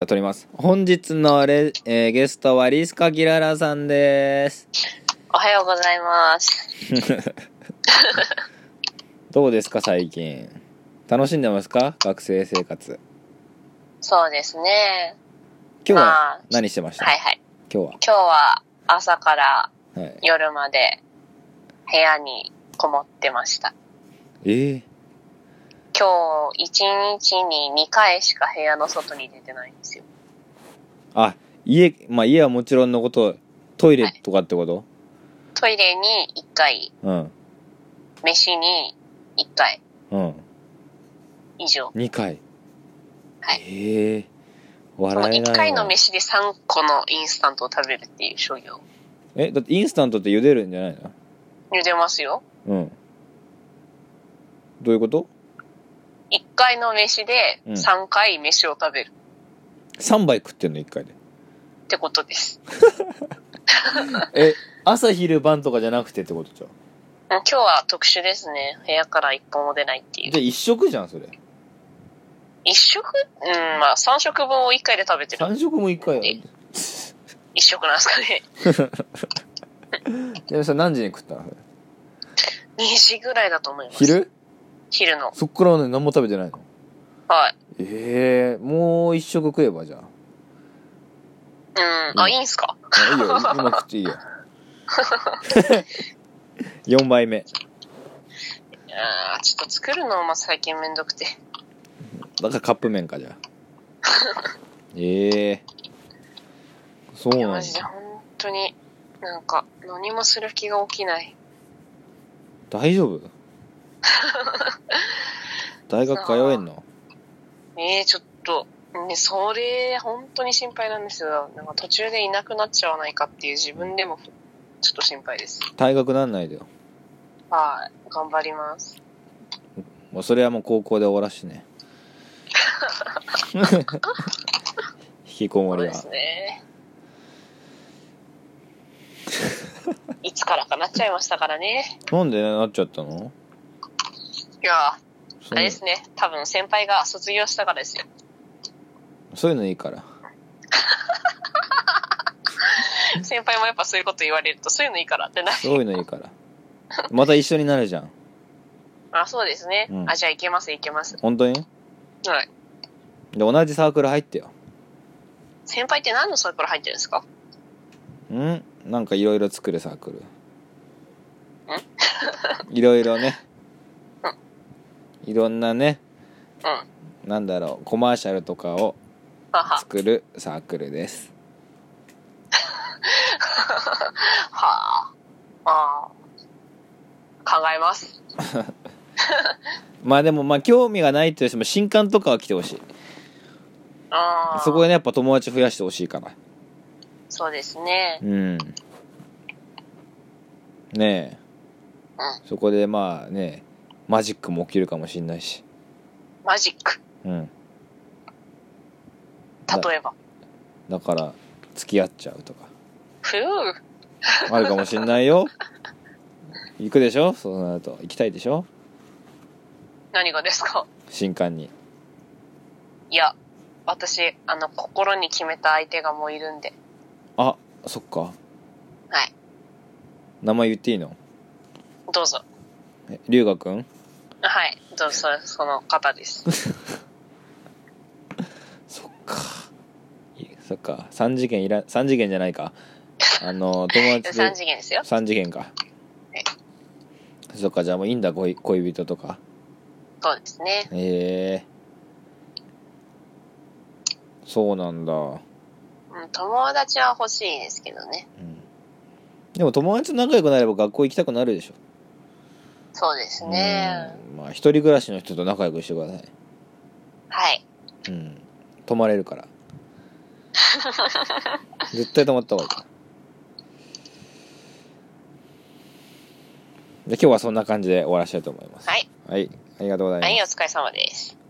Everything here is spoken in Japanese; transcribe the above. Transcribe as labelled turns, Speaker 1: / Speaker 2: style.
Speaker 1: 撮ります。本日のレ、えーゲストはリスカ・ギララさんです。
Speaker 2: おはようございます。
Speaker 1: どうですか、最近。楽しんでますか学生生活。
Speaker 2: そうですね。
Speaker 1: 今日
Speaker 2: ま
Speaker 1: は
Speaker 2: あ
Speaker 1: 何してました、
Speaker 2: はいはい。
Speaker 1: 今日
Speaker 2: 今日は朝から
Speaker 1: は。はい、
Speaker 2: 夜まで部屋にこもってました。
Speaker 1: ええ
Speaker 2: 今日一日に2回しか部屋の外に出てないんですよ。
Speaker 1: あ、家、まあ家はもちろんのこと、トイレとかってこと、
Speaker 2: トイレに1回、飯に1回
Speaker 1: うん。うん。
Speaker 2: 以上。
Speaker 1: 2回。
Speaker 2: はい
Speaker 1: ええ
Speaker 2: その
Speaker 1: 笑えない
Speaker 2: 1
Speaker 1: わ
Speaker 2: 回の飯で3個のインスタントを食べるっていう商業。
Speaker 1: え、だってインスタントって茹でるんじゃないの
Speaker 2: 茹でますよ。
Speaker 1: うん。どういうこと
Speaker 2: 1回の飯で
Speaker 1: うん
Speaker 2: 3回飯を食べる
Speaker 1: ?3 杯食ってんの、1回で。
Speaker 2: ってことです。
Speaker 1: え、朝昼晩とかじゃなくてってことじゃん。
Speaker 2: うん今日は特殊ですね。部屋から一歩も出ないってい
Speaker 1: じゃ
Speaker 2: う。
Speaker 1: あ一食じゃん、それ。
Speaker 2: 一食うん、まあ三食分を一回で食べてる。
Speaker 1: 3食も1回や。
Speaker 2: 一食なんですかね。
Speaker 1: で、それ何時に食ったのそれ
Speaker 2: 2時ぐらいだと思います。
Speaker 1: 昼
Speaker 2: 昼の。
Speaker 1: そっからね、何も食べてないの。
Speaker 2: はい。
Speaker 1: ええもう一食食えばじゃあ。
Speaker 2: うん。
Speaker 1: う
Speaker 2: あ、
Speaker 1: ん
Speaker 2: いいんすか
Speaker 1: あいい よ、今食っていいよ。4杯目。
Speaker 2: あーちょっと作るのも最近めんどくて。
Speaker 1: だからカップ麺か、じゃあ。ええそう
Speaker 2: いや、
Speaker 1: な
Speaker 2: マ
Speaker 1: ん
Speaker 2: ジで
Speaker 1: だ。
Speaker 2: 本当に、なんか、何もする気が起きない。
Speaker 1: 大丈 夫大学通えんの
Speaker 2: えー、ちょっと、ね、それ、本当に心配なんですよ。なんか途中でいなくなっちゃわないかっていう自分でも、ちょっと心配です。
Speaker 1: 退学なんないでよ。
Speaker 2: はい。頑張ります。
Speaker 1: もうそれはもう高校で終わらして ね。引きこも
Speaker 2: そ
Speaker 1: り
Speaker 2: うで
Speaker 1: は。
Speaker 2: すね。 いつからかなっちゃいましたからね。
Speaker 1: なんでなっちゃったの
Speaker 2: いや、
Speaker 1: そう
Speaker 2: あ
Speaker 1: い
Speaker 2: れ
Speaker 1: う
Speaker 2: ですね。多分先輩が卒業したからで すよ。
Speaker 1: そういうのいいから。
Speaker 2: 先輩もやっぱそういうこと言われると、そういうのいいからってな。
Speaker 1: そういうのいいから。また一緒になるじゃん。
Speaker 2: あ、そうですね。
Speaker 1: うん
Speaker 2: あ、じゃあいけます、いけます。
Speaker 1: 本当にで、
Speaker 2: はい。
Speaker 1: 同じサークル入ってよ。
Speaker 2: 先輩って何のサークル入ってるんですか
Speaker 1: んなんかいろいろ作るサークル。いろいろね。いろんなね、
Speaker 2: うん。は
Speaker 1: なんだろう、コマーシャルとかを
Speaker 2: は。
Speaker 1: 作るサークルです。
Speaker 2: はあ。ああ。考えます。
Speaker 1: まあでも、まあ興味がないとしても、新刊とかは来てほしい。
Speaker 2: ああ。
Speaker 1: そこでね、やっぱ友達増やしてほしいから。
Speaker 2: そうですね
Speaker 1: う。ん。ねえ。
Speaker 2: う
Speaker 1: そこでまあね、マジックも起きるかもしんないし。
Speaker 2: マジック。
Speaker 1: うん。
Speaker 2: 例えば。
Speaker 1: だから、付き合っちゃうとか。
Speaker 2: ふう。
Speaker 1: あるかもしんないよ。 行くでしょそうなると。行きたいでしょ
Speaker 2: 何がですか
Speaker 1: 新刊に。
Speaker 2: いや、私、あの、心に決めた相手がもういるんで。
Speaker 1: あ、そっか。
Speaker 2: はい。
Speaker 1: 名前言っていいの
Speaker 2: どうぞ。
Speaker 1: え龍河くん
Speaker 2: はい。どうぞ、その方 です。
Speaker 1: そっか。いそっか。三次元いら、三次元じゃないか。あの、友達
Speaker 2: 3
Speaker 1: で。
Speaker 2: 次元ですよ。
Speaker 1: 三次元か。そっか、じゃあもういいんだ、恋恋人とか。
Speaker 2: そうですね。
Speaker 1: ええそうなんだ、うん、
Speaker 2: うん、友達は欲しいですけどね。
Speaker 1: でも友達と仲良くなれば学校行きたくなるでしょ
Speaker 2: そうですね。
Speaker 1: うんまあ一人暮らしの人と仲良くしてください
Speaker 2: はい。
Speaker 1: うん泊まれるから 絶対泊まった方がいいからで今日はそんな感じで終わらせたいと思います
Speaker 2: はい。
Speaker 1: はい、ありがとうございます
Speaker 2: はい、お疲れ様です。